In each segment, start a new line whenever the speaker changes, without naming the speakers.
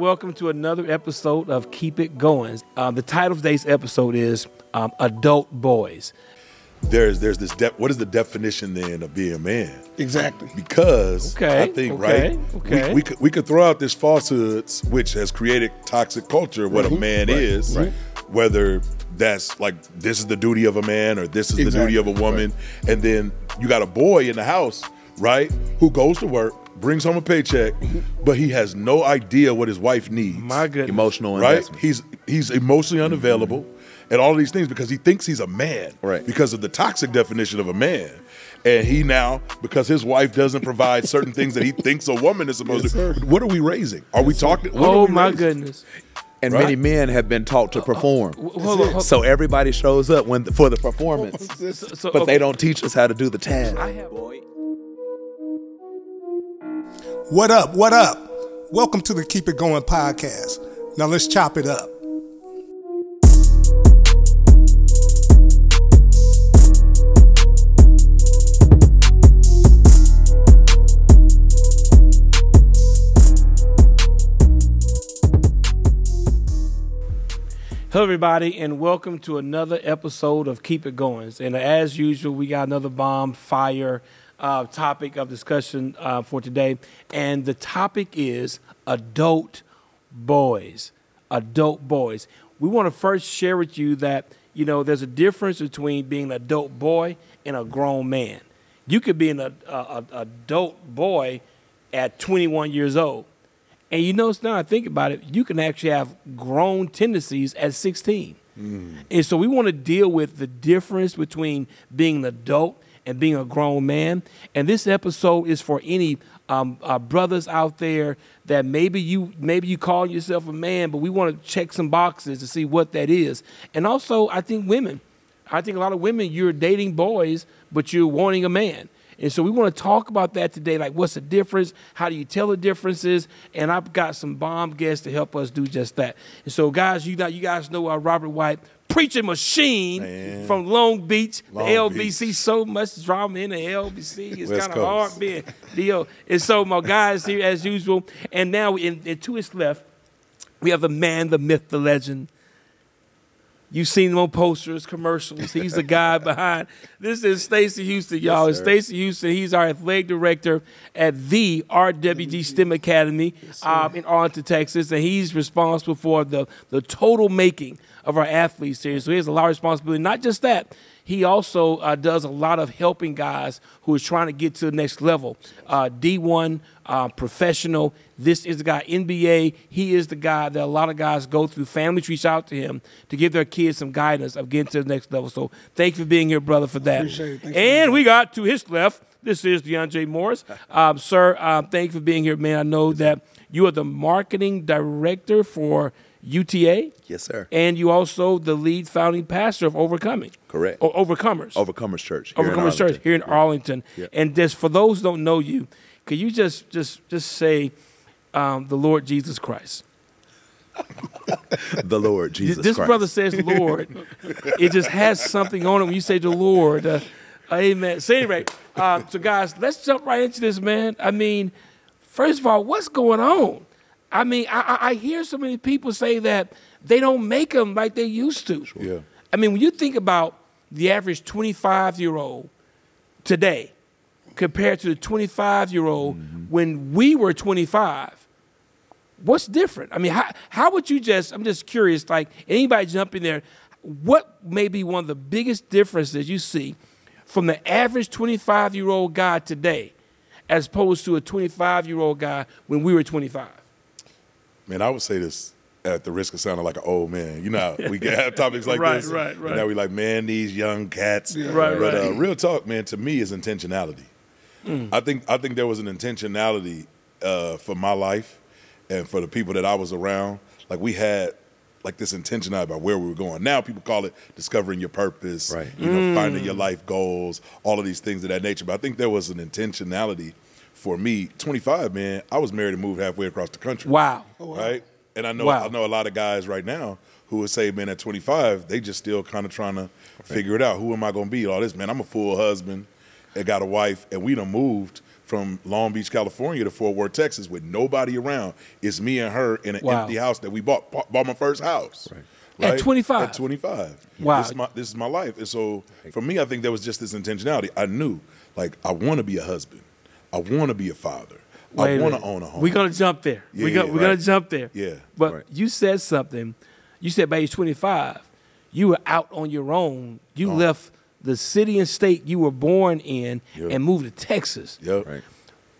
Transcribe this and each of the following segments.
welcome to another episode of Keep It Going. Uh, the title of today's episode is um, Adult Boys.
There's there's this de- what is the definition then of being a man?
Exactly.
Because
Okay,
I think
okay,
right,
okay.
We, we could we could throw out this falsehoods which has created toxic culture of what a man is,
Mm-hmm. right.
Mm-hmm.
whether that's like this is the duty of a man or this is
Exactly,
the duty of a woman, and then you got a boy in the house, right, who goes to work, brings home a paycheck,
Mm-hmm.
but he has no idea what his wife needs.
My goodness.
Emotional
right?
investment.
He's he's emotionally unavailable and all of these things because he thinks he's a man.
Right.
Because of the toxic definition of a man. And he now, because his wife doesn't provide certain things that he thinks a woman is supposed
Yes,
to.
sir.
What are we raising? Are we talking? what are
Oh
we
my
raising?
goodness.
And
Right.
many men have been taught
Uh,
to perform.
W- Hold on. hold-
So everybody shows up when for the performance,
so- so,
but
okay.
they don't teach us how to do the task.
I have-
What up? What up? Welcome to the Keep It Going podcast. Now let's chop it up.
Hello, everybody, and welcome to another episode of Keep It Going. And as usual, we got another bomb fire uh, topic of discussion uh, for today. And the topic is adult boys. Adult boys. We want to first share with you that, you know, there's a difference between being an adult boy and a grown man. You could be an a, a, a- adult boy at 21 years old. And you notice now I think about it, you can actually have grown tendencies at 16. And so we want to deal with the difference between being an adult and being a grown man. And this episode is for any um, uh, brothers out there that maybe you maybe you call yourself a man, but we want to check some boxes to see what that is. And also, I think women. I think a lot of women, you're dating boys, but you're wanting a man. And so we want to talk about that today. Like, what's the difference? How do you tell the differences? And I've got some bomb guests to help us do just that. And so, guys, you know, you guys know our Robert White preaching machine
Man.
from Long Beach,
Long
the LBC.
Beach.
So much drama in the LBC. It's
West
kind of
Coast.
hard being deal. And so, my guys here as usual. And now, in, in to his left, we have the man, the myth, the legend. You've seen him on posters, commercials. He's the guy behind. This is Stacy Houston, y'all. It's Stacy Houston. He's our athletic director at the
Mm-hmm.
RWG STEM Academy um, in Arlington, Texas, and he's responsible for the the total making of our athletes here. So he has a lot of responsibility. Not just that, he also uh, does a lot of helping guys who is trying to get to the next level. Uh, D1 uh, professional. This is the guy, NBA. He is the guy that a lot of guys go through. Families reach out to him to give their kids some guidance of getting to the next level. So thank you for being here, brother, for that.
Appreciate it. Thanks for
and we got to his left. This is DeAndre Morris. Um, sir, um, thank you for being here, man. I know that you are the marketing director for UTA.
Yes, sir.
And you also the lead founding pastor of Overcoming.
Correct.
Or Overcomers.
Overcomers Church. here in
Overcomers Church
Arlington.
here in Arlington. And just for those who don't know you, could you just just just say um, the Lord Jesus Christ?
The Lord Jesus
this
Christ.
brother says Lord. it just has something on it when you say the Lord. Uh, amen. So anyway, uh, so guys, let's jump right into this, man. I mean, first of all, what's going on? I mean, I, I- I hear so many people say that they don't make them like they used to.
Yeah.
I mean, when you think about the average 25 year old today compared to the 25 year old
Mm-hmm.
when we were 25, what's different? I mean, how, how would you just, I'm just curious, like anybody jump in there, what may be one of the biggest differences you see from the average 25 year old guy today as opposed to a 25 year old guy when we were 25?
Man, I would say this at the risk of sounding like an old man. You know, how we get have topics like
Right,
this.
right, right.
And now we like, man, these young cats.
Right,
but
right. Mm.
Uh, real talk, man, to me is intentionality. I think I think there was an intentionality uh, for my life and for the people that I was around. Like we had like this intentionality about where we were going. Now people call it discovering your purpose,
Right.
you know, finding
Mm.
your life goals, all of these things of that nature. But I think there was an intentionality for me. 25, man, I was married and moved halfway across the country
Oh, Wow.
right? And I know
Wow.
I know a lot of guys right now who would say, man, at 25, they just still kind of trying to figure it out. Who am I going to be? and All this, man. I'm a full husband and got a wife, and we done moved from Long Beach, California to Fort Worth, Texas, with nobody around. It's me and her in an
Wow.
empty house that we bought. Bought, bought my first house. Right.
At 25?
At 25.
Wow.
This is my, this is my life. And so for me, I think there was just this intentionality. I knew, like, I want to be a husband. I want to be a father.
Wait
I
a
want to
minute.
own a home.
We're gonna jump there.
Yeah,
we're gonna,
yeah,
we're gonna
right.
jump there.
Yeah,
But
right.
you said something. You said by age 25, you were out on your own. You
Uh-huh.
left the city and state you were born in
Yeah.
and moved to Texas.
Yep.
Right.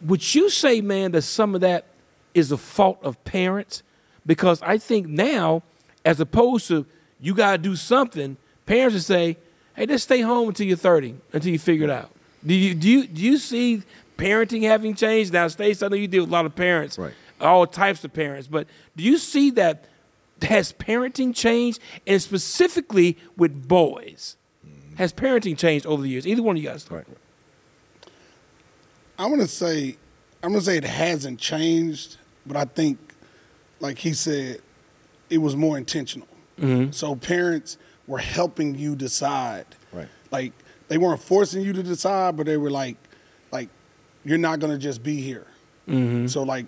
Would you say, man, that some of that is the fault of parents? Because I think now, as opposed to you gotta do something, parents would say, "Hey, just stay home until you're 30, until you figure it out." Do you do you do you see parenting having changed now? States, I know you deal with a lot of parents,
Right.
all types of parents, but do you see that has parenting changed, and specifically with boys? Has parenting changed over the years? Either one of you guys.
Hmm. Right.
I want to say, I'm gonna say it hasn't changed, but I think, like he said, it was more intentional. So parents were helping you decide.
Right.
Like they weren't forcing you to decide, but they were like, like, you're not gonna just be here.
Mm-hmm.
So like,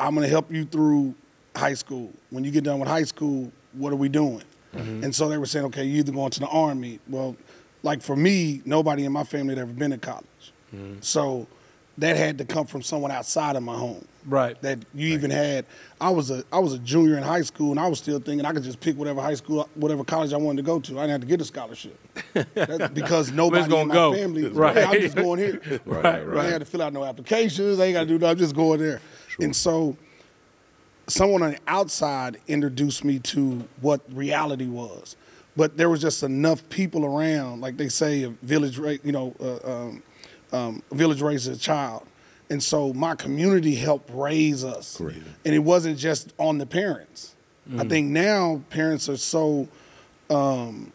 I'm gonna help you through high school. When you get done with high school, what are we doing?
Mm-hmm.
And so they were saying, okay, you either going to the army. Well, like for me, nobody in my family had ever been to college.
Mm-hmm.
So that had to come from someone outside of my home.
Right.
That you even had I was a I was a junior in high school and I was still thinking I could just pick whatever high school whatever college I wanted to go to. I didn't have to get a scholarship. That- because nobody
gonna
in my
go?
family
Right.
"Hey, I'm just going here.
Right,
I
right.
had to fill out no applications. I ain't got to do nothing. I'm just going there. And so someone on the outside introduced me to what reality was. But there was just enough people around, like they say, a village, ra- you know, uh, um, um, a village raises a child. And so my community helped raise us.
Correct.
And it wasn't just on the parents.
Mm.
I think now parents are so um,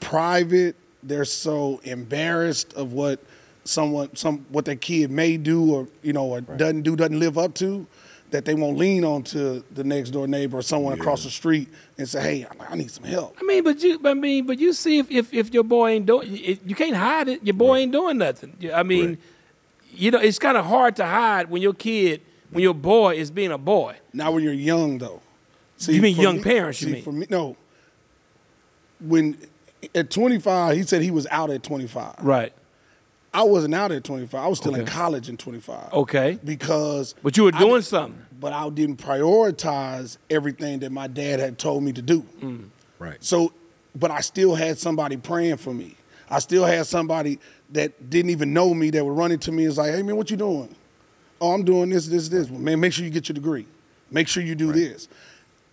private. They're so embarrassed of what someone some what their kid may do or you know or doesn't do doesn't live up to that they won't lean on to the next door neighbor or someone across the street and say, "Hey, I- I need some help."
I mean, but you, I mean, but you see, if if, if your boy ain't doing, you, you can't hide it. Your boy ain't doing nothing. You- I mean,
Right.
you know, it's kind of hard to hide when your kid, when your boy is being a boy.
Not when you're young though. See,
You mean
for
young
me-
parents, you
see,
mean?
For me, no. When at 25, he said he was out at 25.
Right.
I wasn't out at 25. I was still in
Okay.
college in 25.
Okay.
Because
But you were
I
doing
didn't-
something.
but I didn't prioritize everything that my dad had told me to do.
Mm.
Right.
So, but I still had somebody praying for me. I still had somebody that didn't even know me that would run into me and was like, hey man, what you doing? Oh, I'm doing this, this, this. Well, man, make sure you get your degree. Make sure you do this.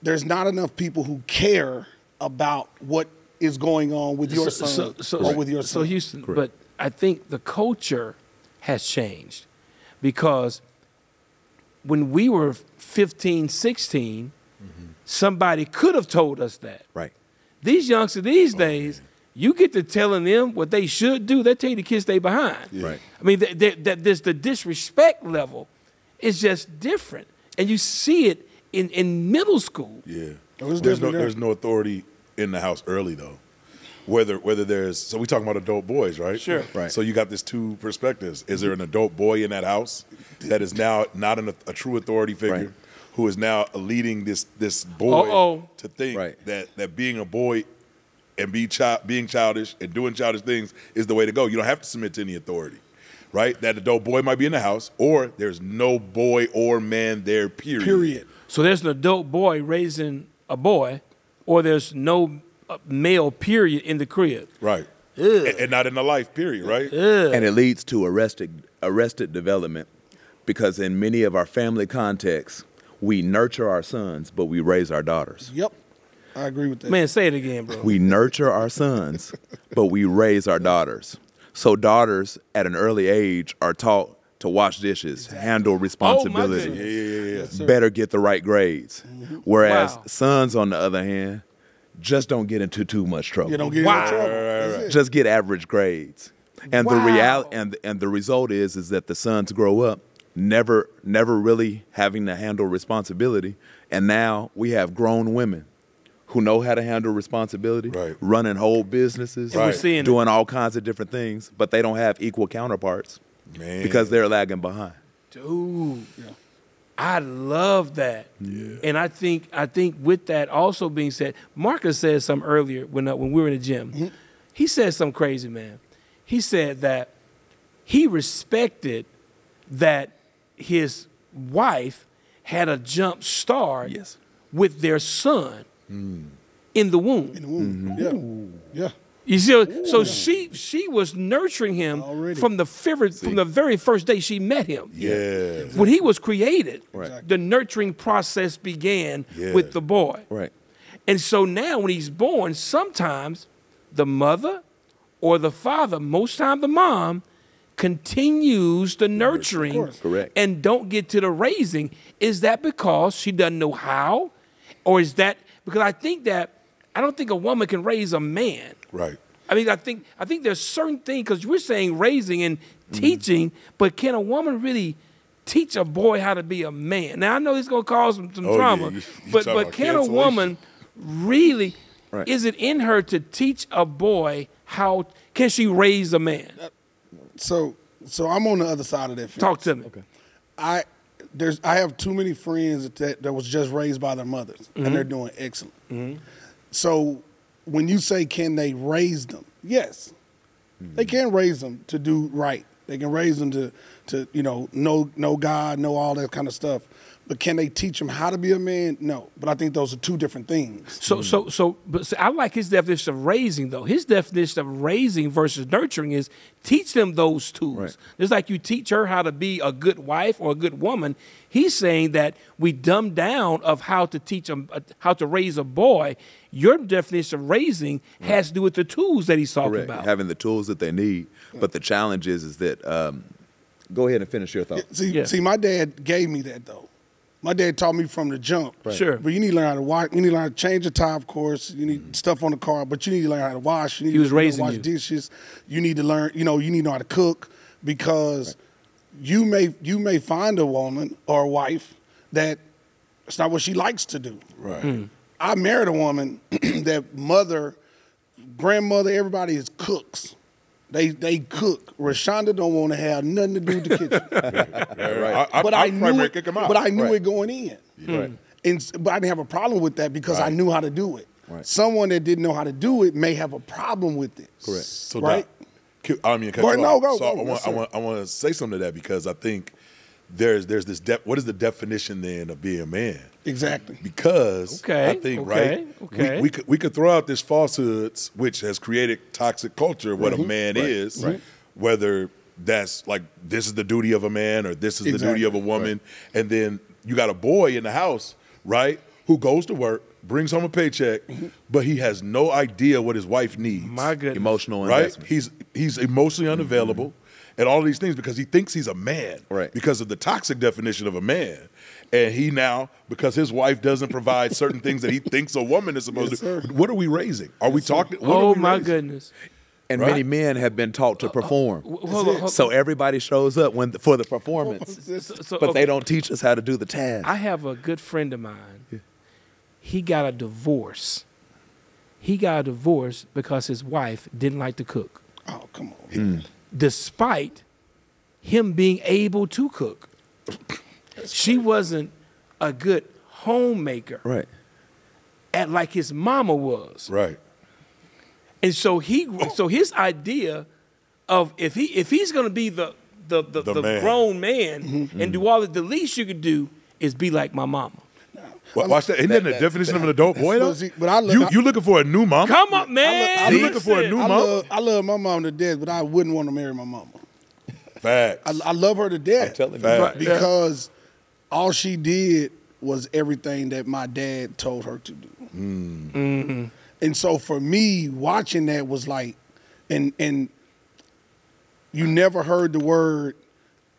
There's not enough people who care about what is going on with your son or with your son.
So Houston, but I think the culture has changed because when we were 15, 16, somebody could have told us that.
Right.
These youngsters these days, you get to telling them what they should do. They tell you the kids stay behind.
Right.
I mean, that that that this the disrespect level is just different, and you see it in in middle school.
Yeah.
It was
there's no
definitely there.
there's no authority in the house early though. Whether whether there's so we talking about adult boys, right?
Sure.
Right.
So you got these two perspectives. Is there an adult boy in that house that is now not an, a true authority figure?
Right.
Who is now leading this this boy
Uh-oh.
to think
Right.
that that being a boy and be child, being childish and doing childish things is the way to go. You don't have to submit to any authority, right? That adult boy might be in the house, or there's no boy or man there. Period.
Period.
So there's an adult boy raising a boy, or there's no uh, male period in the crib.
Right. And, and not in the life period, right?
And it leads to arrested arrested development because in many of our family contexts, we nurture our sons, but we raise our daughters.
Yep. I agree with that.
Man, say it again, bro.
We nurture our sons, but we raise our daughters. So daughters at an early age are taught to wash dishes, handle responsibility,
goodness.
better get the right grades. Whereas
Wow.
sons on the other hand, just don't get into too much trouble.
You don't get
Wow.
in trouble. That's it.
just get average grades. And the real
Wow.
and and the result is is that the sons grow up never never really having to handle responsibility. And now we have grown women who know how to handle responsibility,
Right.
running whole businesses,
we're Right. seeing it.
doing all kinds of different things, but they don't have equal counterparts
Man.
because they're lagging behind.
Dude,
Yeah.
I love that. And I think I think with that also being said, Marcus said something earlier when uh, when we were in the gym. He said something crazy, man. He said that he respected that his wife had a jump start
Yes.
with their son in the womb.
In the womb. Yeah. Yeah.
You see, so she she was nurturing him
Already.
from the fir- from the very first day she met him.
Yeah.
When he was created,
Right.
the nurturing process began
Yeah.
with the boy.
Right.
And so now when he's born, sometimes the mother or the father, most time the mom, continues the nurturing
course.
Correct.
and don't get to the raising. Is that because she doesn't know how? Or is that because I think that I don't think a woman can raise a man.
Right.
I mean, I think I think there's certain things because we're saying raising and
Mm.
teaching, but can a woman really teach a boy how to be a man? Now I know it's gonna cause some, some
Oh, yeah,
trauma,
you- you
but
talking
but
about
can a
cancellation.
woman really?
Right.
Is it in her to teach a boy how? Can she raise a man?
So so I'm on the other side of that. fence.
Talk to me.
I there's I have too many friends that that was just raised by their mothers
Mm-hmm.
and they're doing excellent. So when you say can they raise them? Yes. They can raise them to do right. They can raise them to to you know know know God, know all that kind of stuff. But can they teach them how to be a man? No. But I think those are two different things.
Mm.
So so so, but see, I like his definition of raising though. His definition of raising versus nurturing is teach them those tools.
Right.
It's like you teach her how to be a good wife or a good woman. He's saying that we dumb down of how to teach them how to raise a boy. Your definition of raising has to do with the tools that he's talking
Correct.
about.
Having the tools that they need, but the challenge is is that. Um, go ahead and finish your thought.
See,
Yeah.
see, my dad gave me that though. My dad taught me from the jump.
Sure.
But you need to learn how to wash. You need to learn how to change the tire, of course. You need stuff on the car, but you need to learn how to wash. You need
He was
to learn how to
raising
wash
you.
dishes. You need to learn. You know, you need to know how to cook because you may you may find a woman or a wife that it's not what she likes to do.
Right.
Hmm. I married a woman that mother, grandmother, everybody is cooks. They they cook. Rashonda don't want to have nothing to do with the kitchen.
Right. I, I,
but
I,
I, knew
primary
it,
kick him out.
But I knew
Right.
it Hmm. going in.
Right.
And s- but I didn't have a problem with that because I
Right.
knew how to do it.
Right.
Someone that didn't know how to do it may have a problem with it.
Correct.
So
right?
Doc, can- I mean, cut
Go
you
ahead,
off.
no, go,
So
go,
I
yes,
want,
sir.
I want, I want to say something to that because I think there's there's this. De- what is the definition then of being a man?
Exactly.
Because
Okay,
I think
okay,
right,
okay.
We, we could we could throw out this falsehoods, which has created toxic culture. of What
Mm-hmm.
a man
right,
is,
right.
whether that's like this is the duty of a man or this is the
Exactly.
duty of a woman, and then you got a boy in the house, right, who goes to work, brings home a paycheck, but he has no idea what his wife needs.
Mm-hmm. My goodness.
Emotional
right?
investment.
He's he's emotionally unavailable and all these things because he thinks he's a man.
Right.
Because of the toxic definition of a man. And he now, because his wife doesn't provide certain things that he thinks a woman is supposed
Yes,
to,
sir.
what are we raising? Are we talking? What are
oh
we
my
raising?
goodness.
And
Right.
many men have been taught
Uh,
to perform.
Wh- hold on, hold-
so everybody shows up when for the performance,
so- so,
but
okay.
they don't teach us how to do the task.
I have a good friend of mine. He got a divorce. He got a divorce because his wife didn't like to cook,
Oh, come on.
Hmm.
despite him being able to cook. She wasn't a good homemaker
right.
at like his mama was.
Right.
And so he so his idea of if he if he's gonna be the the, the,
The
the
man. Mm-hmm.
grown man and do all that, the least you could do is be like my mama.
Wa- Watch that. Isn't that, the definition of an adult boy?
But
Though?
see, but I look-
you, you looking for a new mom?
Come on, man.
I'm
See? looking for a new
I
Mama?
love, I love my mom to death, but I wouldn't want to marry my mama.
Facts.
I, I love her to death.
I'm telling you.
Right.
Because all she did was everything that my dad told her to do.
Mm.
And so for me, watching that was like, and and you never heard the word,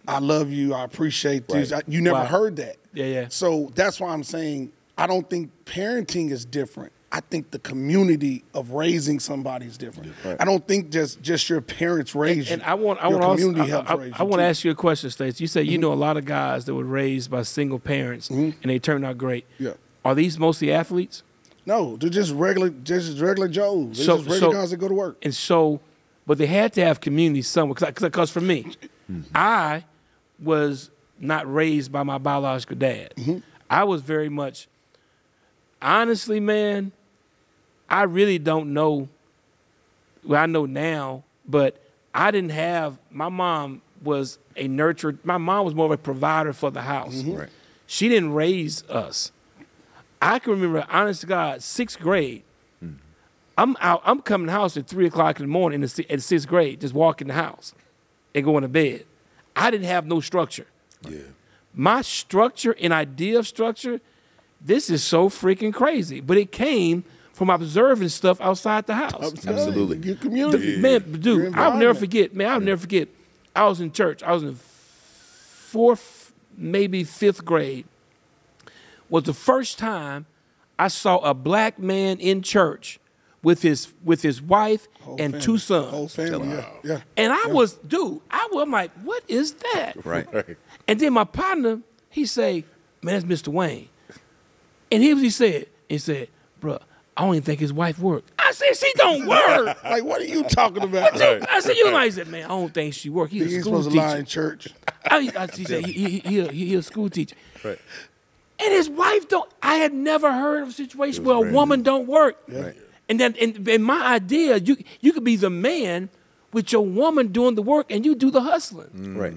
I love you, I appreciate you.
Right.
You never
Wow.
heard that.
Yeah, yeah.
So that's why I'm saying I don't think parenting is different. I think the community of raising somebody is different. I don't think just just your parents raise
And
you.
I want I
Your
want also,
community
I-
helps
I,
raise you
I want
too. Mm-hmm.
to ask you a question, Stace. You said you know a lot of guys that were raised by single parents and they turned out great.
Yeah.
Are these mostly athletes?
No, they're just regular, just regular Joes. They're
So-
just regular
so-
guys that go to work.
And so but they had to have community somewhere. Because for me,
Mm-hmm.
I was not raised by my biological dad.
Mm-hmm.
I was very much, honestly, man, I really don't know. Well, I know now, but I didn't have. My mom was a nurtured. My mom was more of a provider for the house.
Mm-hmm.
Right.
She didn't raise us. I can remember, honest to God, sixth grade. I'm out. I'm coming to the house at three o'clock in the morning in the, si- in sixth grade, just walking the house and going to bed. I didn't have no structure.
Yeah.
My structure and idea of structure, this is so freaking crazy. But it came from observing stuff outside the house.
Absolutely.
Your community.
Man,
Your
dude, I'll never
environment.
forget. Man, I'll never forget. I was in church. I was in fourth, maybe fifth grade. Was the first time I saw a black man in church with his with his wife
Whole
and
family.
two
Whole
sons.
family, yeah. yeah.
And I was, dude, I was I'm like, what is that?
Right.
Right.
And then my partner, he say, man, that's Mr. Wayne. And he was, he said, he said, bruh, I don't even think his wife worked. I said, she don't work.
Like, what are you talking about?
So I said, you like said, man, I don't think she work. He's
You
a
ain't
school
supposed to lie in
teacher.
church.
I, I, she said, he, he, he, a- he a school teacher. Right. And his wife don't. I had never heard of a situation where a woman don't work.
Right.
And then, and, and my idea, you you could be the man with your woman doing the work, and you do the hustling.
Right.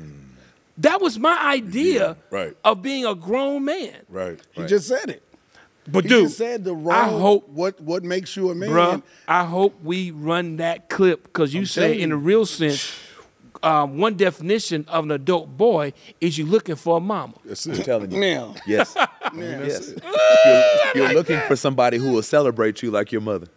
That was my idea
Yeah, right.
of being a grown man.
Right.
He just said it.
But
He
dude,
just said the wrong.
I hope,
what what makes you a man.
bruh, I hope we run that clip because you say
telling
in
you.
the real sense, um, one definition of an adult boy is you looking for a mama.
That's
I'm
it.
telling you.
Now,
Yes. yes. You're, you're looking for somebody who will celebrate you like your mother.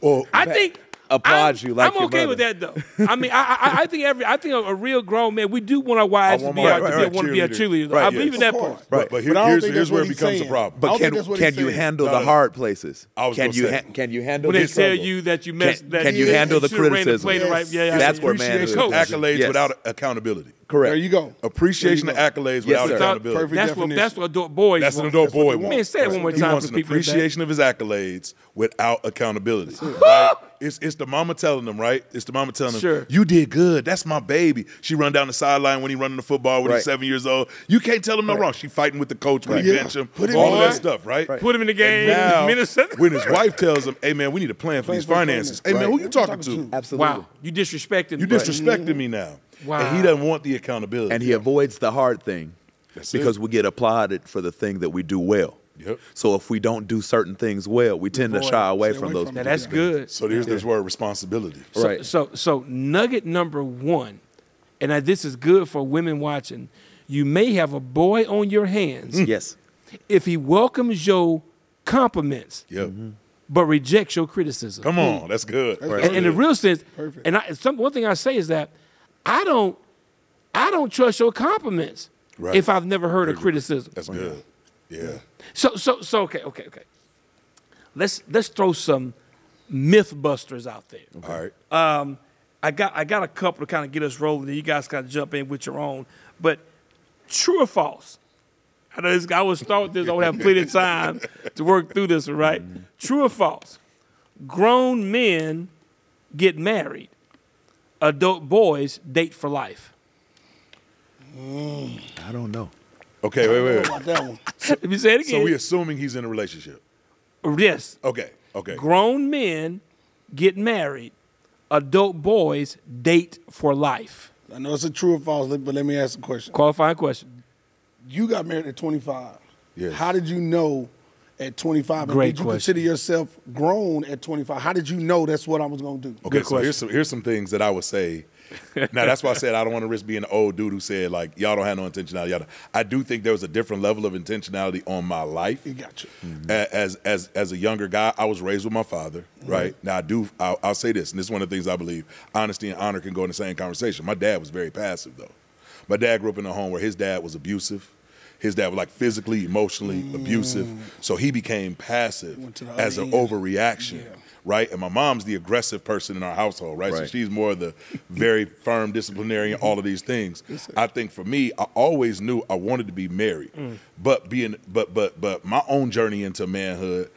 Well,
I think
Applaud
I'm-
you like
I'm
your
okay
mother.
with that though. I mean, I, I I think every I think a, a real grown man we do want our wives to
I want
be
my
our, to
wife to
be,
be a
want to be our cheerleader.
cheerleader.
I
Right.
believe in that
Of course.
part.
But,
Right.
but
But I don't
here's,
think
here's
that's
where
what
it
he's
becomes
saying.
a problem.
I
But
don't
can
think that's what
can
he's
you
saying.
handle
No,
the
no.
hard places?
I was
can
gonna
you
say.
can you handle
When they
the
tell
struggle?
you that you
Can-
messed, that
can you
that
handle the
should've ran
criticism?
Play the right, yeah, yeah,
That's
yeah.
where man
Appreciation
Coach.
of accolades
Yes.
without accountability.
correct.
there you go.
Appreciation
There
of
you go.
accolades
Yes,
without
sir.
That's,
accountability.
Perfect.
what
definition.
that's what adult boys.
That's an
want.
adult boy
they want.
wants.
Man, say it one more
He
time
wants
for
an
people. in the back.
appreciation of his accolades without accountability. right? It's it's the mama telling him, right? It's the mama telling him,
Sure.
you did good. That's my baby. She run down the sideline when he running the football when
Right.
he's seven years old. You can't tell him no wrong. She fighting with the coach when he
Right.
bench him.
Put him
all of
on.
that stuff, right?
Put him in the game.
Now,
Minnesota.
when his wife tells him, "Hey man, we need a plan for
Plan
these
for the
finances." Hey
finances.
man, who
Right.
you talking to?
Absolutely.
Wow, you disrespecting. me.
You disrespecting me now.
Wow.
And he doesn't want the accountability.
And he avoids the hard thing
That's
because we get applauded for the thing that we do well.
Yep.
So if we don't do certain things well, we tend to
Avoid.
shy away
Stay
from
away
those.
from
Now
it.
that's good.
so here's this word responsibility.
So,
Right.
So so nugget number one, and I, this is good for women watching. You may have a boy on your hands
Mm.
Yes.
if he welcomes your compliments
Yep.
but rejects your criticism.
Come on, that's good.
That's
And in the real sense,
Perfect.
and I, some, one thing I say is that I don't, I don't trust your compliments
Right.
if I've never heard a criticism.
That's good. Yeah.
So so so okay okay okay. Let's let's throw some mythbusters out there.
All right.
Um, I got I got a couple to kind of get us rolling. Then you guys kind of jump in with your own. But true or false? I know this, I was start this. I would have plenty of time to work through this. one, Right? True or false? Grown men get married. Adult boys date for life.
I don't know.
Okay, wait, wait, wait.
About that one.
Let me say it
So we're
again.
assuming he's in a relationship.
yes,
Okay, okay.
grown men get married. Adult boys date for life.
I know it's a true or false, but let me ask a question.
Qualifying question.
You got married at 25.
Yes.
How did you know at 25? and
Great
did you
question.
consider yourself grown at 25? How did you know that's what I was going to do?
Okay,
Good
so here's some here's some things that I would say. now that's why I said I don't want to risk being an old dude who said like y'all don't have no intentionality. Y'all don't. I do think there was a different level of intentionality on my life.
He got you.
Mm-hmm. A- as as as a younger guy, I was raised with my father,
Mm-hmm.
right? Now I do. I'll, I'll say this, and this is one of the things I believe: honesty and honor can go in the same conversation. My dad was very passive, though. My dad grew up in a home where his dad was abusive. His dad was like physically, emotionally abusive, so he became passive
Mm. Went to the E.
as
other
an
end.
overreaction, right? And my mom's the aggressive person in our household, right? So
Right.
she's more the very firm disciplinarian, all of these things. I think for me, I always knew
Mm.
I wanted to be married, but being, but but but my own journey into manhood,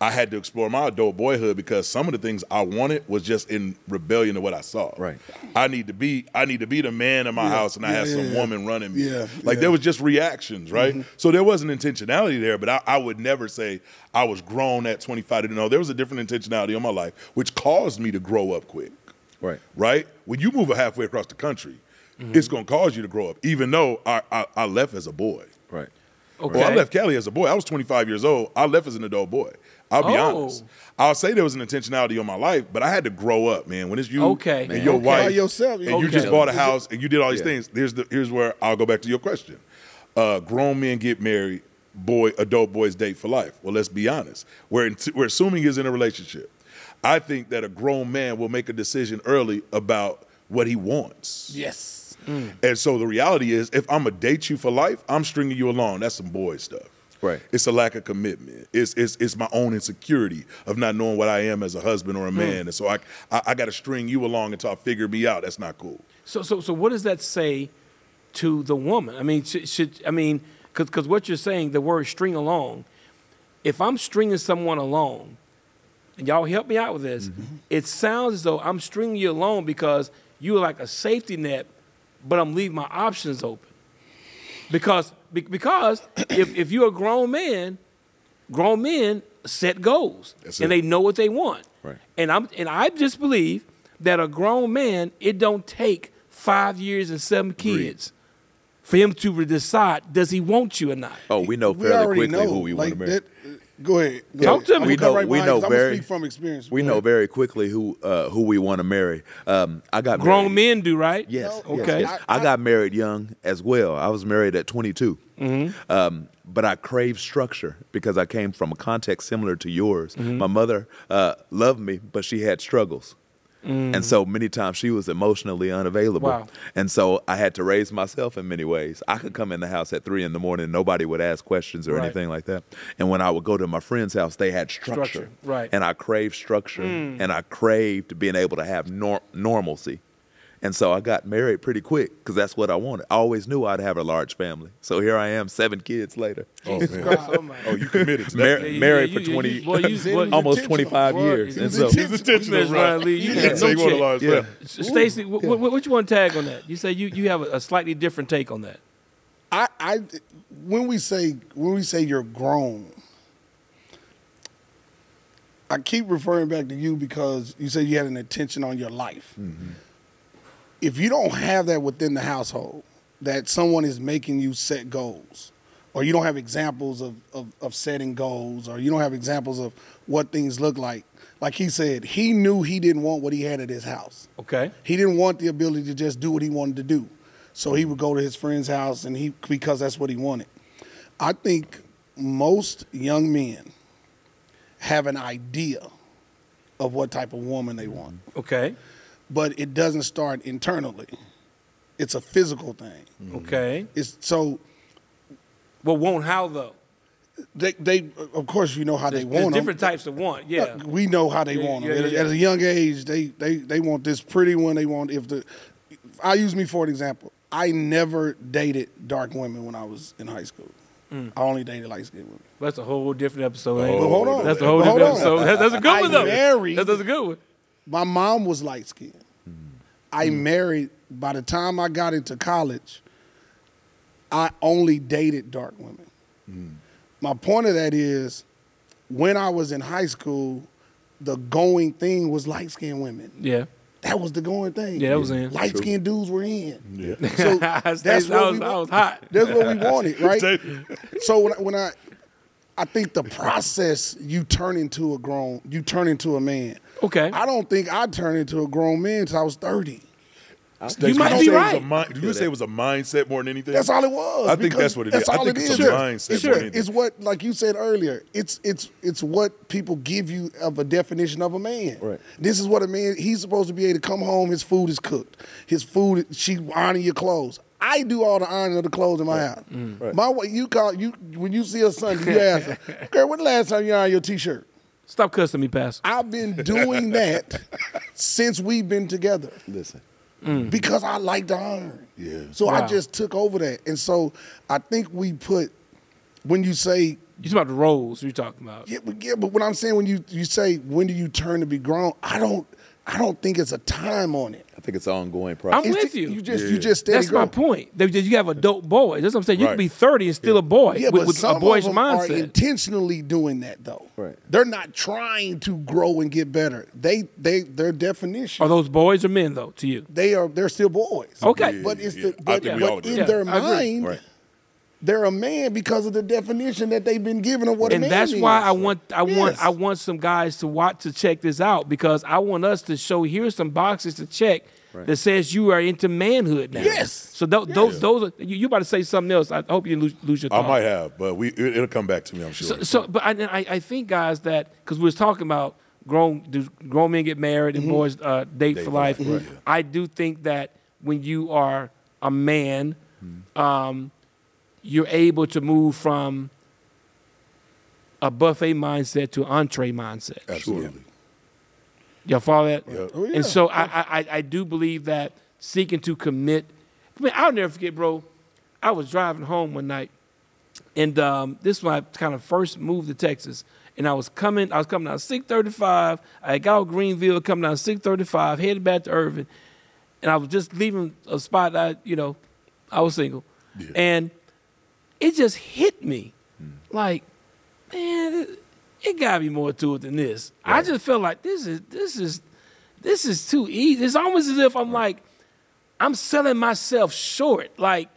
I had to explore my adult boyhood because some of the things I wanted was just in rebellion to what I saw.
Right.
I need to be I need to be the man in my house and I
yeah,
have
yeah,
some
yeah.
woman running me.
Yeah,
Like
yeah. Mm-hmm.
there was just reactions, right? So there wasn't intentionality there, but I, I would never say I was grown at 25 to know there was a different intentionality on my life, which caused me to grow up quick
Right.
right? When you move halfway across the country,
Mm-hmm.
it's gonna cause you to grow up. Even though I I, I left as a boy,
Right.
Okay.
well, I left Cali as a boy. I was 25 years old. I left as an adult boy. I'll be
Oh.
honest. I'll say there was an intentionality on my life, but I had to grow up, man. When it's you
Okay.
and
Man.
your
Okay.
wife
By yourself,
and
yeah.
you just
Okay.
bought a house and you did all these
Yeah.
things. Here's the here's where I'll go back to your question. Uh, grown men get married. Boy, adult boys date for life. Well, let's be honest. We're in we're assuming he's in a relationship. I think that a grown man will make a decision early about what he wants.
Yes.
And so the reality is, if I'm gonna date you for life, I'm stringing you along. That's some boy stuff.
Right.
It's a lack of commitment. It's it's it's my own insecurity of not knowing what I am as a husband or a man. And so I I, I got to string you along until I figure me out. That's not cool.
So, so, so, what does that say to the woman? I mean, should, should I mean, because what you're saying, the word string along. If I'm stringing someone along, and y'all help me out with this,
Mm-hmm.
it sounds as though I'm stringing you along because you're like a safety net, but I'm leaving my options open. Because be- because if, if you're a grown man, grown men set goals
That's
and
it.
they know what they want.
Right.
And I'm and I just believe that a grown man, it don't take five years and seven kids for him to re- decide does he want you or not.
Oh, we know
We
fairly
already
quickly
know.
who we
like
want to marry.
That, uh, go ahead. Go
Talk
ahead.
to
I'm
me.
gonna
We
cut
know-
right
we
behind
know
you. I'm gonna
very-
speak from experience.
We
Go
know
ahead.
very quickly who uh, who we want to marry. Um, I got
Grown
married.
men do, right?
Yes.
No,
yes,
okay.
yes.
I-
I, got married young as well. I was married at 22. Um, but I craved structure because I came from a context similar to yours. My mother uh, loved me, but she had struggles. And so many times she was emotionally unavailable.
Wow.
And so I had to raise myself in many ways. I could come in the house at three in the morning, and nobody would ask questions or
Right.
anything like that. And when I would go to my friend's house, they had structure.
Structure, right. Mm.
And I craved structure and I craved being able to have nor- normalcy. And so I got married pretty quick because that's what I wanted. I always knew I'd have a large family. So here I am, seven kids later,
Oh,
Jesus
man.
Christ, oh my-
oh you committed to that.
Mar-
Yeah, yeah,
married
yeah,
for
you- you-
20,
boy, you- boy, you-
almost
intentional.
25
Boy,
years.
you
And
was
so,
He's intentional,
Miss
right?
Riley, you
Yeah,
got
so
no
you want a
check.
large
Yeah.
family.
Stacy, what, what, what you want to tag on that? You say you, you have a, a slightly different take on that.
I, I when we say when we say you're grown, I keep referring back to you because you said you had an intention on your life. If you don't have that within the household, that someone is making you set goals, or you don't have examples of, of, of setting goals, or you don't have examples of what things look like. Like he said, he knew he didn't want what he had at his house.
Okay.
He didn't want the ability to just do what he wanted to do. So he would go to his friend's house and he because that's what he wanted. I think most young men have an idea of what type of woman they want,
Okay.
but it doesn't start internally. It's a physical thing.
Hmm.
Mm.
Okay.
It's so
Well, won't how though?
they, they of course you know how
There's,
they
there's
want them.
different types of want. Yeah.
Look, Uh, we know how they
Yeah,
want them.
yeah,
at, a-
yeah.
at a young age, they they they want this pretty one. They want if the. I use me for an example. I never dated dark women when I was in high school.
Mm.
I only dated light skinned women.
That's a whole different episode. ain't it?
But hold on,
That's a whole
But hold
different
on.
episode. That's, that's a good
I
one though.
married-
That's, that's a good one.
My mom was light skinned. I married. By the time I got into college, I only dated dark women. My point of that is, when I was in high school, the going thing was light skinned women.
Yeah.
That was the going thing.
Yeah, that was in.
Light skinned dudes were in.
Yeah.
So
Stace,
that's
I
what
was-
we
I was
want.
hot.
That's what we wanted, right?
Stace-
so when I, when I, I think the process you turn into a grown, you turn into a man.
Okay.
I don't think I turned into a grown man till I was thirty.
Stace,
might
would
be
say it was
right.
a mind- you would say it was a mindset more than anything.
That's all it was.
I think
because
that's what it is.
That's
I
all
think
it
it's
is.
a Sure. mindset
It's,
more
what-
than anything.
it's what, like you said earlier, it's it's it's what people give you of a definition of a man.
Right.
This is what a man. He's supposed to be able to come home. His food is cooked. His food. She iron your clothes. I do all the ironing of the clothes in my house.
Mm.
Right.
My wife, you call you when you see her Sunday, you ask her, "Girl, when the last time you ironed your t-shirt?"
Stop cussing me, Pastor.
I've been doing that since we've been together
listen,
because I like to iron.
Yeah.
So
Mm. Wow.
I just took over that. And so I think we put when you say
You talking about the roles you're talking about?
Yeah, but, yeah, but what I'm saying when you you say when do you turn to be grown, I don't I don't think it's a time on it.
I think it's an ongoing
I'm
process.
It's
with
the-
you.
You just you just steady
That's my
growing.
point. They just- You have adult boys. That's what I'm saying. You
Right.
can be 30 and still a boy
Yeah,
with,
but
with
some
a boyish
of them are
mindset.
intentionally doing that though.
Right.
They're not trying to grow and get better. They they their definition.
are those boys or men though? To you?
they are they're still boys.
Okay.
But it's
Yeah,
the
yeah. I
but,
think we
but
all agree.
in
Yeah,
their
I agree.
mind
Right.
they're a man because of the definition that they've been given of what a
and
man
that's
is.
why I want I
Yes.
want I want some guys to watch to check this out because I want us to show here's some boxes to check that says you are into manhood now.
Yes.
So tho- those those are you, you about to say something else. I hope you didn't lose, lose your
I
thought.
might have, but we it, it'll come back to me. I'm sure.
So, so but I, I I think guys that because we was talking about grown do grown men get married and boys uh, date, for
Mm-hmm. for
life.
life, right, yeah.
I do think that when you are a man,
Mm-hmm.
um, you're able to move from a buffet mindset to entree mindset.
Absolutely.
Y'all follow that?
Oh, yeah.
And so I, I, I- I do believe that seeking to commit. I mean, I'll never forget, bro. I was driving home one night, and um, this was my kind of first move to Texas. And I was coming, I was coming down 635. I got out of Greenville, coming down 635, headed back to Irvin. And I was just leaving a spot that, I, you know, I was single. And it just hit me
Hmm.
like man it, it gotta be more to it than this i just felt like this is this is this is too easy it's almost as if i'm like i'm selling myself short like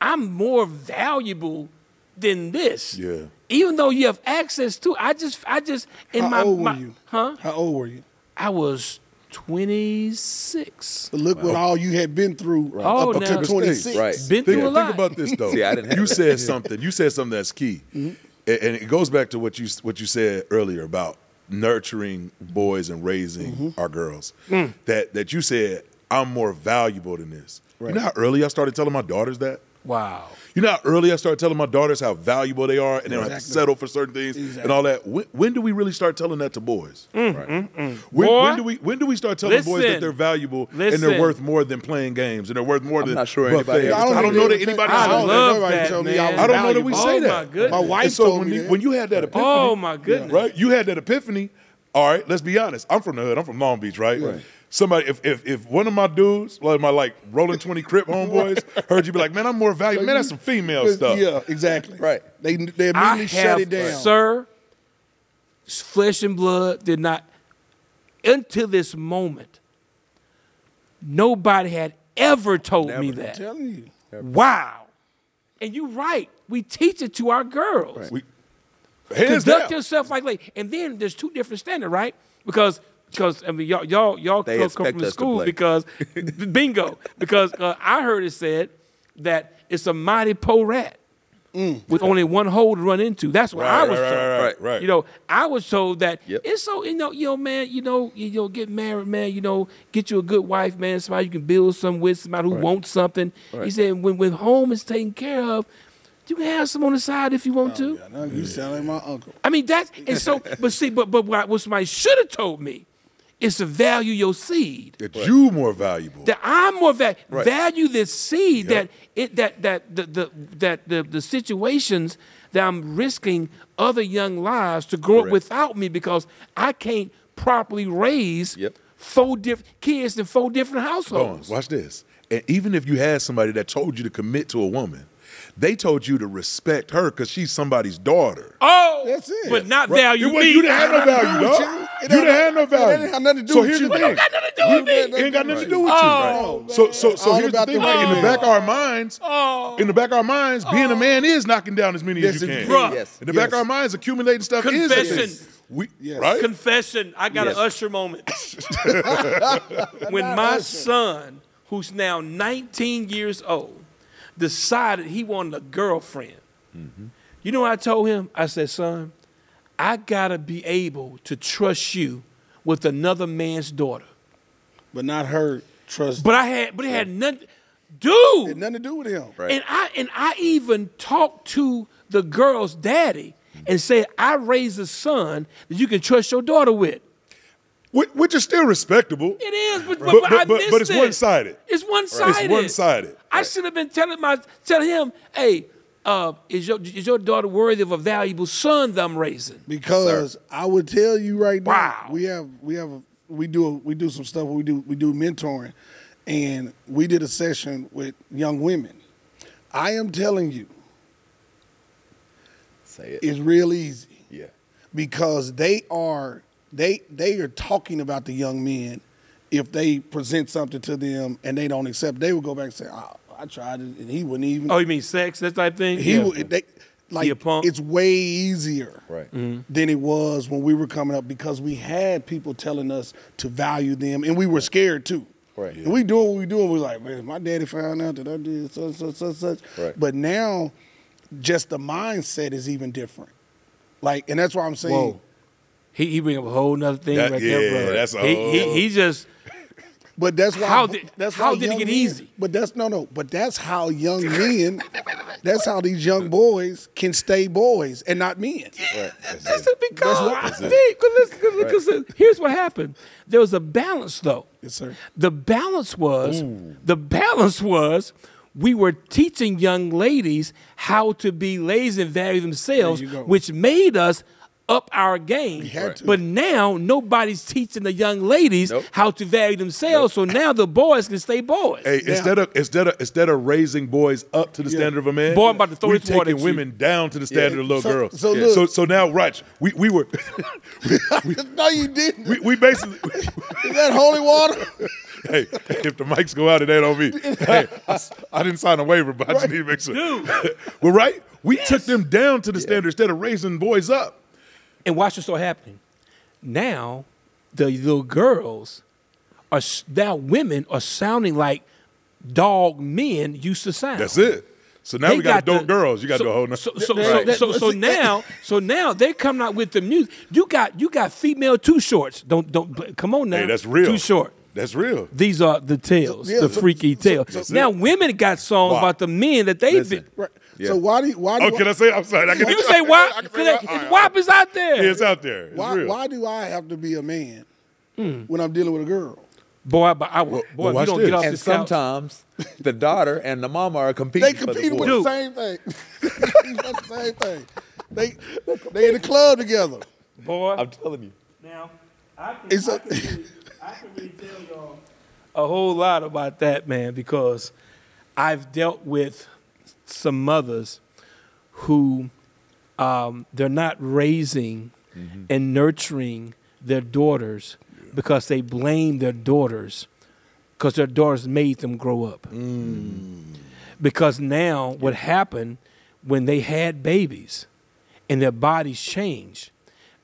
i'm more valuable than this
Yeah.
even though you have access to i just i just in
How
my,
old were
my-
you?
huh
How old were you?
i was 26
But look what all you had been through
Oh, now-
up until 26.
Right.
been
Think,
through a
think
lot
about this though.
See, I didn't have
you
that.
said something. You said something that's key, and, and it goes back to what you what you said earlier about nurturing boys and raising our girls. That that you said I'm more valuable than this. You know how early I started telling my daughters that.
wow
You know how early I started telling my daughters how valuable they are, and they don't have to
Exactly.
settle for certain things and all that. When, when do we really start telling that to boys?
Right.
When,
Mm, Boy,
when do we when do we start telling boys
listen.
that they're valuable and
Listen.
they're worth more than playing games and they're worth more than
not sure anybody
buffets?
ever
I don't, know that anybody.
I
said that.
don't know
love
nobody
that,
told me
man.
I was
I don't know that we
valuable.
say
Oh,
that.
my goodness. My
wife
And so
told
when
me
you,
that.
when you had that epiphany,
Oh, my goodness.
right? You had that epiphany. All right, let's be honest. I'm from the hood. I'm from Long Beach, right? Somebody, if, if if one of my dudes, like my like Rolling Twenty Crip homeboys, heard you be like, man, I'm more valuable. Man, that's some female stuff.
Yeah, exactly.
Right.
They they
I
immediately
have,
shut it down.
Sir, flesh and blood did not, until this moment, nobody had ever told me
I'm
that.
telling you.
Wow. And you're right. We teach it to our girls.
We, hands
Conduct
down.
yourself like ladies. And then there's two different standards, right? Because because I mean y'all y'all y'all
They
girls come
expect
from the
us to
school
play.
because bingo because uh, I heard it said that it's a mighty poor rat with only one hole to run into. That's what I
Right,
was
right,
told.
right,
Mm. Right.
right, right.
You know, I was told that
Yep.
it's so you know, you know, man, you know, you know, get married, man, you know, get you a good wife, man, somebody you can build some with, somebody who wants something. He said, when when home is taken care of, you can have some on the side if you want
Oh,
to.
Yeah, now you sound like my uncle.
I mean that's and so but see but but what, what somebody should have told me is to value your seed.
that you more valuable.
That I'm more va-
Right.
value this seed
Yep.
that it that that the, the that the, the situations that I'm risking other young lives to grow up
Correct.
without me because I can't properly raise
Yep.
four different kids in four different
Bones,
households.
watch this. And even if you had somebody that told you to commit to a woman, they told you to respect her because she's somebody's daughter.
Oh,
That's it.
but not
Right.
value
It wasn't-
me.
You didn't have no value,
do with
dog.
you. It
You
don't-
didn't have no
that didn't
value.
have nothing to do
so
with
here's
you.
the
It
thing.
don't got
nothing to do with me.
It ain't got nothing to do with
Oh,
you. So, so, so
all
here's the
about the
thing. Like, in the
man. Oh.
back of our minds,
Oh.
in the back of our minds, being a man is knocking down as many as
Yes,
you
it-
can.
Bruh.
Yes.
In the back of our minds, accumulating stuff is a
Confession.
thing. We,
Yes.
Right?
Confession. I got
Yes.
an usher moment. when my son, who's now 19 years old, decided he wanted a girlfriend,
Mm-hmm.
you know what I told him? I said, son, I gotta be able to trust you with another man's daughter.
But not her trust.
But I had but it had nothing dude.
had nothing to do with him.
Right.
And I and I even talked to the girl's daddy
Mm-hmm.
and said, I raised a son that you can trust your daughter with.
Which, which is still respectable.
It is, but, but,
But-
but,
but-
I
but-
missed
but it's
it.
one-sided.
It's one sided.
It's one-sided.
I should have been telling my telling him, hey, uh, is your is your daughter worthy of a valuable son that I'm raising?
Because I would tell you right now,
Wow.
we have we have a, we do a, we do some stuff. where We do we do mentoring, and we did a session with young women. I am telling you,
Say it.
it's real easy
Yeah.
because they are they they are talking about the young men. If they present something to them and they don't accept, they will go back and say, oh, "I tried it, and he wouldn't even."
Oh, you mean sex, that type thing?
he
Yeah.
would. They, like
He a punk.
it's way easier.
Right.
Mm. Mm-hmm.
than it was when we were coming up because we had people telling us to value them and we were scared too.
Right.
And we doing what we doing. We're like, man, if my daddy found out that I did such, such, such, such.
Right.
But now, just the mindset is even different. Like, and that's why I'm saying
Whoa. He, he bring up a whole nother thing
That-
right
yeah,
there, brother.
that's a
he,
whole-
he, he just
But that's why.
How did-
that's
how
why
did it
young
get
men-
easy?
But that's no, no. But that's how young men. that's how these young boys can stay boys and not men.
That's it because Steve, 'cause listen, 'cause- 'cause listen, here's what happened. There was a balance though.
Yes, sir.
The balance was the balance was we were teaching young ladies how to be lazy and value themselves,
There you go.
which made us up our game.
had to.
But now nobody's teaching the young ladies
Nope.
how to value themselves. So now the boys can stay boys.
Hey, instead of instead of instead of raising boys up to the standard of a man,
Boy, I'm about to throw
we're
this water
taking
at you.
women down to the standard of little
So-
girls.
so
Yeah.
look-
so so now, Rich, we we were
no, you didn't.
we, we basically.
Is that holy water?
hey, if the mics go out, it ain't on me. Hey, I, s- I didn't sign a waiver, but I just need to make sure. well, right? We took them down to the standard instead of raising boys up.
And watch this start happening. Now, the little girls are s- now women are sounding like dog men used to sound.
That's it. So now
They
Oh, we got adult
the-
girls. You got
so,
to do a whole nother.
So, so,
Right.
so, so, so now, so now they're coming out with the music. You got you got female two shorts. Don't don't come on now.
hey, that's real.
Two short.
That's real.
These are the tales,
Yeah,
the
so-
freaky tales.
so-
now women got songs
Why?
about the men that they've
Listen.
been.
Right.
Yeah.
So why do you, why do
Oh, can I say? I'm sorry. I can,
You say why?
I can say
It's-
why? All right,
WAP is out there.
Yeah, it's out there. It's
why,
real. Hmm.
why do I have to be a man when I'm dealing with a girl?
Boy, but I, boy,
well,
if you
watch
don't
this.
get off
And
this couch-
sometimes the daughter and the mama are competing.
They compete
for
with
the boy.
the same thing. They got the same thing. They they in the club together.
Boy,
I'm telling you.
Now, I can,
It's
I
a-
can really, I can really tell y'all a whole lot about that, man, because I've dealt with some mothers who um, they're not raising
Mm-hmm.
and nurturing their daughters because they blame their daughters because their daughters made them grow up. Because now, what happened when they had babies and their bodies changed,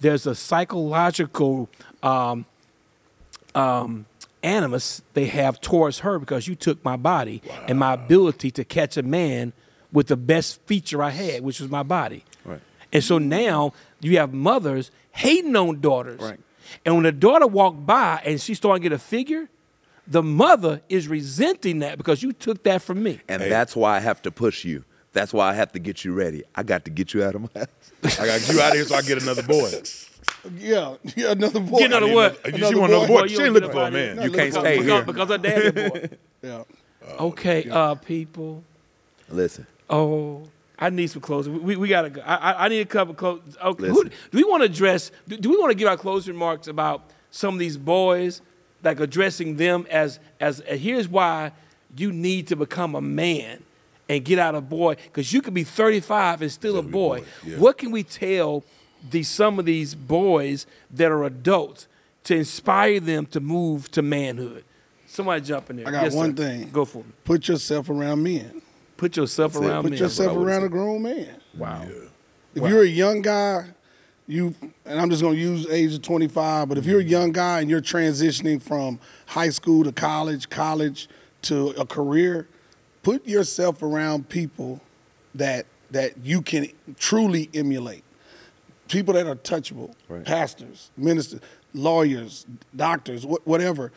there's a psychological um, um, animus they have towards her because you took my body and my ability to catch a man with the best feature I had, which was my body.
Right.
And so now you have mothers hating on daughters.
Right.
And when the daughter walked by and she started to get a figure, the mother is resenting that because you took that from me.
And that's why I have to push you. That's why I have to get you ready. I got to get you out of my house.
I got you out of here so I get another boy.
Yeah, yeah, another boy.
Get another
need
what?
another- she want another boy. She
you don't
ain't looking
get
for a
nobody.
man.
No,
You can't
because-
stay
because,
here.
because her daddy boy.
Yeah.
okay, uh, people.
Listen,
Oh, I need some clothes. We, we gotta go. I, I- I need a couple clothes. Okay, who,
Listen.
do we want to address? Do, do we want to give our closing remarks about some of these boys, like addressing them as as uh, here's why you need to become a man and get out of boy because you could be 35 and still a boy.
yeah.
What can we tell these some of these boys that are adults to inspire them to move to manhood? Somebody jump in there.
I got
Yes,
one
sir.
thing.
Go for it.
Put yourself around men.
Put yourself
it.
around
Put
me.
Put yourself
I would
around
say.
a grown man.
Wow.
If you're a young guy, you and I'm just gonna use age of 25. But if you're a young guy and you're transitioning from high school to college, college to a career, put yourself around people that that you can truly emulate. People that are touchable,
Right.
pastors, ministers, lawyers, doctors, wh- whatever.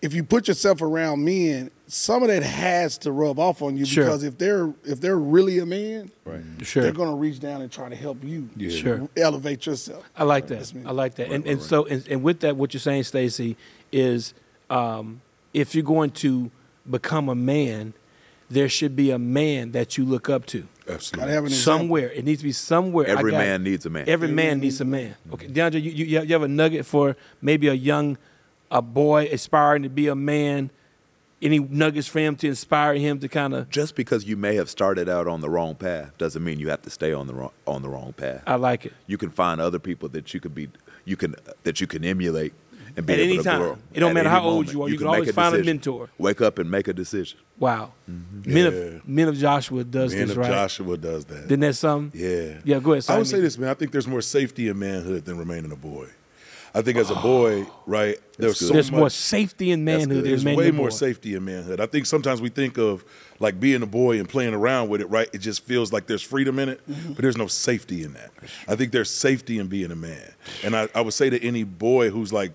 If you put yourself around men, some of that has to rub off on you
Sure.
because if they're if they're really a man, right
Sure.
they're going to reach down and try to help you
Sure.
elevate yourself.
I like that.
That's me.
I like that. and and so and, and with that, what you're saying, Stacy, is um, if you're going to become a man, there should be a man that you look up to.
Gotta
Absolutely.
have an example.
Somewhere it needs to be somewhere. I
Every
got-
man needs a man.
Every man needs a man. Okay, DeAndre, you, you you have- you have a nugget for maybe a young, a boy aspiring to be a man. Any nuggets for him to inspire him to kind of?
Just because you may have started out on the wrong path doesn't mean you have to stay on the wrong on the wrong path.
I like it.
you can find other people that you could be you can that you can emulate and be
At
able
any
to
time.
grow.
It don't
At
matter
any
how old
moment,
you are, you can
make
always find a
decision.
mentor.
Wake up and make a decision.
Wow.
Mm-hmm.
Men
Yeah.
of Men of Joshua does
Man
this
of
right.
Joshua does that.
Then there's some.
Yeah.
Yeah. Go ahead.
I
Simon.
would say this, man. I think there's more safety in manhood than remaining a boy. I think as a boy, right, there's so
Oh. There's
much.
more safety in manhood.
There's
than
way
manhood.
more safety in manhood. I think sometimes we think of like being a boy and playing around with it, right? It just feels like there's freedom in it,
Mm-hmm.
but there's no safety in that. I think there's safety in being a man. And I, I would say to any boy who's like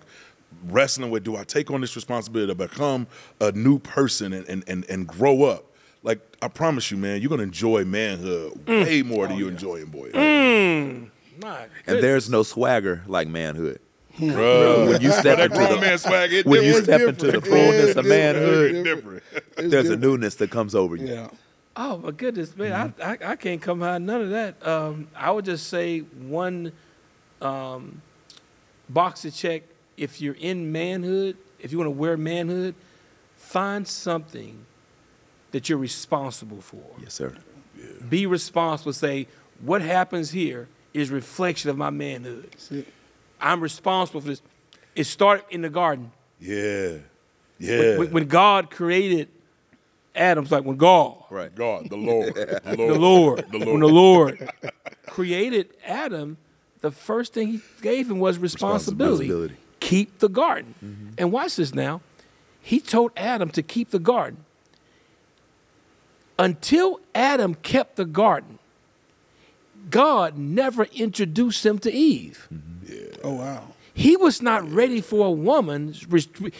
wrestling with, do I take on this responsibility to become a new person and, and, and, and grow up? Like, I promise you, man, you're gonna enjoy manhood
Mm.
way more
Oh,
than you enjoy enjoying boyhood.
My
And
goodness.
there's no swagger like manhood.
Bruh.
When you step
that
into
grown
the
man swag, it
when you
different.
step into the
different.
fullness
It's
of
different.
manhood,
It's different.
there's a newness that comes over you.
Yeah.
Oh my goodness, man!
Mm-hmm.
I, I I can't come high none of that. Um, I would just say one um, box to check. If you're in manhood, if you want to wear manhood, find something that you're responsible for.
Yes, sir.
Be responsible. Say what happens here is reflection of my manhood. I'm responsible for this. It started in the garden.
Yeah.
When-
Yeah.
When, when God created Adam's like when God
Right.
God, the Lord. The Lord.
the Lord,
The
when the Lord created Adam, the first thing he gave him was responsibility.
Responsibility.
Keep the garden.
Mm-hmm.
And watch this now. He told Adam to keep the garden. Until Adam kept the garden, God never introduced him to Eve.
Oh wow.
He was not ready for a woman.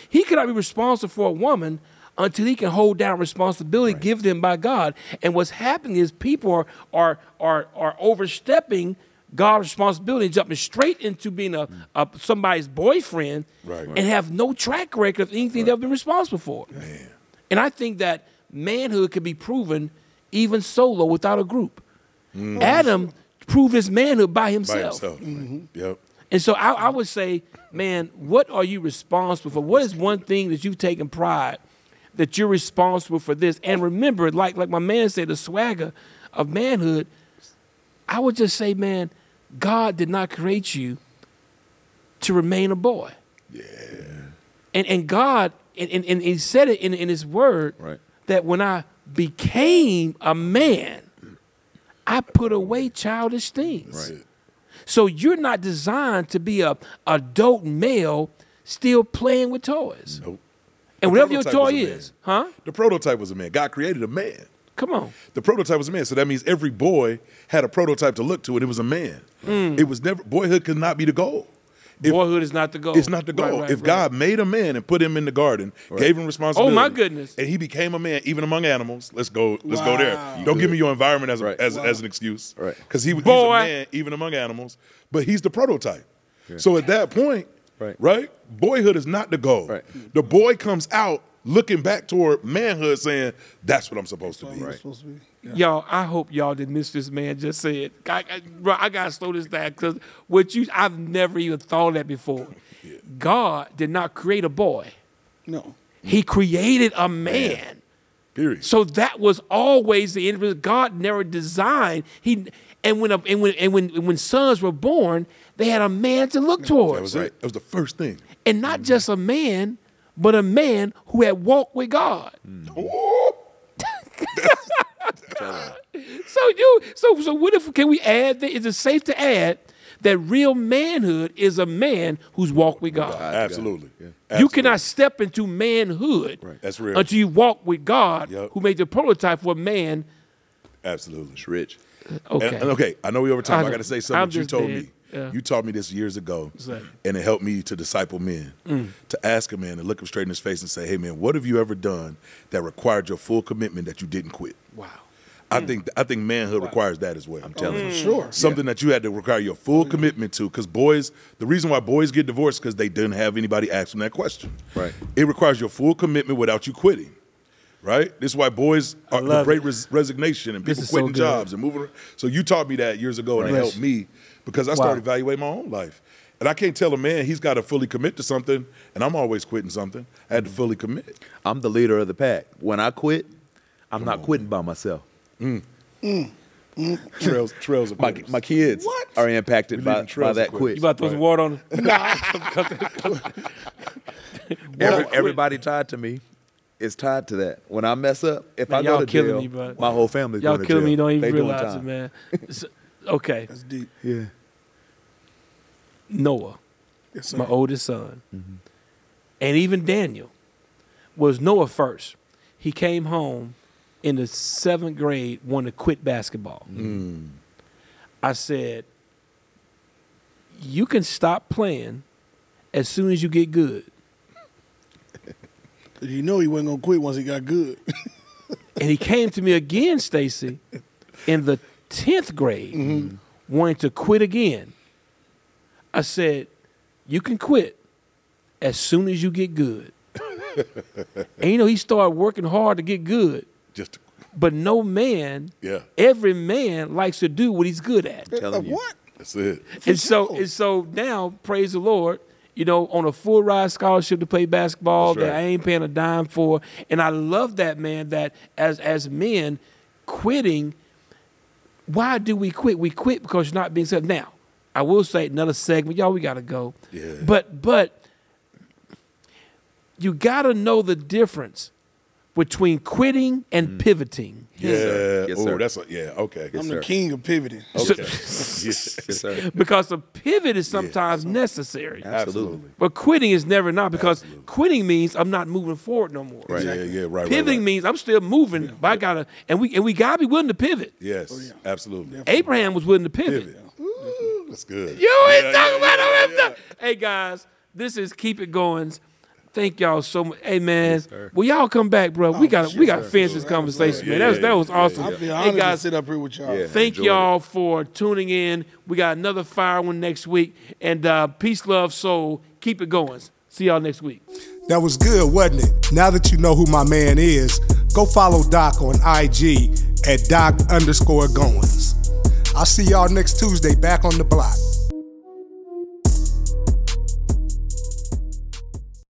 He could not be responsible for a woman until he can hold down responsibility given him by God. And what's happening is people are are are, are overstepping God's responsibility, and jumping straight into being a, a somebody's boyfriend,
Right.
and have no track record of anything they've been responsible for. And I think that manhood can be proven even solo without a group. Adam proved his manhood
Mm. By himself. Yep.
and so I, I would say, man, what are you responsible for? What is one thing that you've taken pride that you're responsible for this? And remember, like like my man said, the swagger of manhood. I would just say, man, God did not create you to remain a boy. Yeah. And and God and, and, and he said it in, in his word
Right.
that when I became a man, I put away childish things.
That's it.
So you're not designed to be a adult male still playing with toys.
Nope.
And whatever your
prototype
toy
was a man.
is, huh?
The prototype was a man. God created a man.
Come on.
The prototype was a man. So that means every boy had a prototype to look to, and it was a man. It was never, boyhood could not be the goal. If-
Boyhood is not the goal.
It's not the goal.
Right, right,
Oh, if
right.
God made a man and put him in the garden, gave him responsibility.
Oh, my goodness.
And he became a man, even among animals. Let's go. Let's go
Wow.
there. Don't give me your environment as a,
Right.
as, as an excuse.
Right.
Because he was he's a
Boy.
man, even among animals. But he's the prototype. So at that point,
Right.
boyhood is not the goal.
Right.
The boy comes out looking back toward manhood, saying, "That's what I'm supposed to be."
Right. Supposed to be. Yeah.
Y'all, I hope y'all didn't miss this man just said. I, I, bro, I gotta slow this down because what you I've never even thought of that before. God did not create a boy.
No.
He created a man.
Period.
So that was always the end result. God never designed he and when a, and when and when when sons were born, they had a man to look
That was
towards,
it. Mm-hmm. That was the first thing.
and not just a man, but a man who had walked with God.
Mm-hmm.
so you so so what if can we add? That, is it safe to add that real manhood is a man who's walked with God?
Absolutely.
You
Absolutely.
cannot step into manhood
That's real.
until you walk with God,
Yep.
who made the prototype for man.
Absolutely.
It's rich.
Okay.
And, and okay, I know we over time.
I-
I, got to say something
I'm
that you
just
told
dead.
me.
Yeah.
You taught me this years ago,
that?
and it helped me to disciple men.
Mm.
To ask a man and look him straight in his face and say, "Hey, man, what have you ever done that required your full commitment that you didn't quit?"
Wow.
I
Mm.
think I think manhood requires that as well. I'm telling you,
Sure.
something that you had to require your
Mm-hmm.
full commitment to. Because boys, the reason why boys get divorced because they didn't have anybody ask them that question.
Right.
It requires your full commitment without you quitting. right? This is why boys are the
love
great
it.
res- resignation and
This
people
is so
quitting
good.
jobs and moving. So you taught me that years ago, and it
Right.
helped me because I started evaluating my own life. And I can't tell a man he's got to fully commit to something, and I'm always quitting something. I
Mm-hmm.
had to fully commit.
I'm the leader of the pack. When I quit, I'm not quitting by myself.
Trails, trails of
My, my kids are impacted
We
by,
leaving trails
by
of
that
quit.
quit.
You about to throw some water on it?
Every, everybody tied to me is tied to that. When I mess up, if
Man,
I go
y'all
to
killing
jail,
me, bro.
my whole family
Y'all
going to
killing
jail.
me. You Don't even
They doing
realize it,
time.
man. It's- okay,
That's deep.
Yeah.
Noah,
Yes, sir.
my oldest son,
Mm-hmm.
and even Daniel was Noah first. He came home in the seventh grade, wanted to quit basketball.
Mm.
I said, "You can stop playing as soon as you get good."
You know he wasn't gonna quit once he got good.
And he came to me again, Stacy, in the 10th grade, wanting to quit again. I said, You can quit as soon as you get good. and you know, he started working hard to get good,
Just
but no man,
yeah,
every man likes to do what he's good at.
Telling
Like,
you.
what?
that's it.
and so
sure.
and so now, praise the Lord, you know, on a full ride scholarship to play basketball
That's
that
right.
I ain't paying a dime for. And I love that man that as as men quitting, why do we quit? We quit because you're not being said. Now, I will say another segment, y'all, we gotta go.
Yeah.
But but you gotta know the difference between quitting and pivoting.
Mm. Yeah.
sir. Yes,
oh,
sir.
that's a, yeah. Okay.
I'm
sir.
the king of pivoting.
okay.
Yes,
yes.
sir.
Because a pivot is sometimes necessary.
Absolutely.
But quitting is never not because quitting means I'm not moving forward no more.
Right.
Yeah, yeah, right.
Pivoting
right, right.
means I'm still moving, but I gotta and we and we gotta be willing to pivot.
Yes, absolutely.
Abraham was willing to pivot.
Pivot. Ooh, that's good.
You ain't
Yeah,
talking
yeah,
about no
yeah,
rip
yeah.
talk. Hey guys, this is keep it going. Thank y'all so much. Hey man, will y'all come back, bro? we got to we got to finish this conversation,
Oh, Yeah,
man. That was
yeah,
that was
yeah,
awesome.
I feel
Hey
honored to
guys,
sit up here with y'all.
Yeah.
thank
Enjoyed
y'all for tuning in. We got another fire one next week, and uh, peace, love, soul. Keep it going. See y'all next week.
That was good, wasn't it? Now that you know who my man is, go follow Doc on IG at Doc underscore Goins. I'll see y'all next Tuesday back on the block.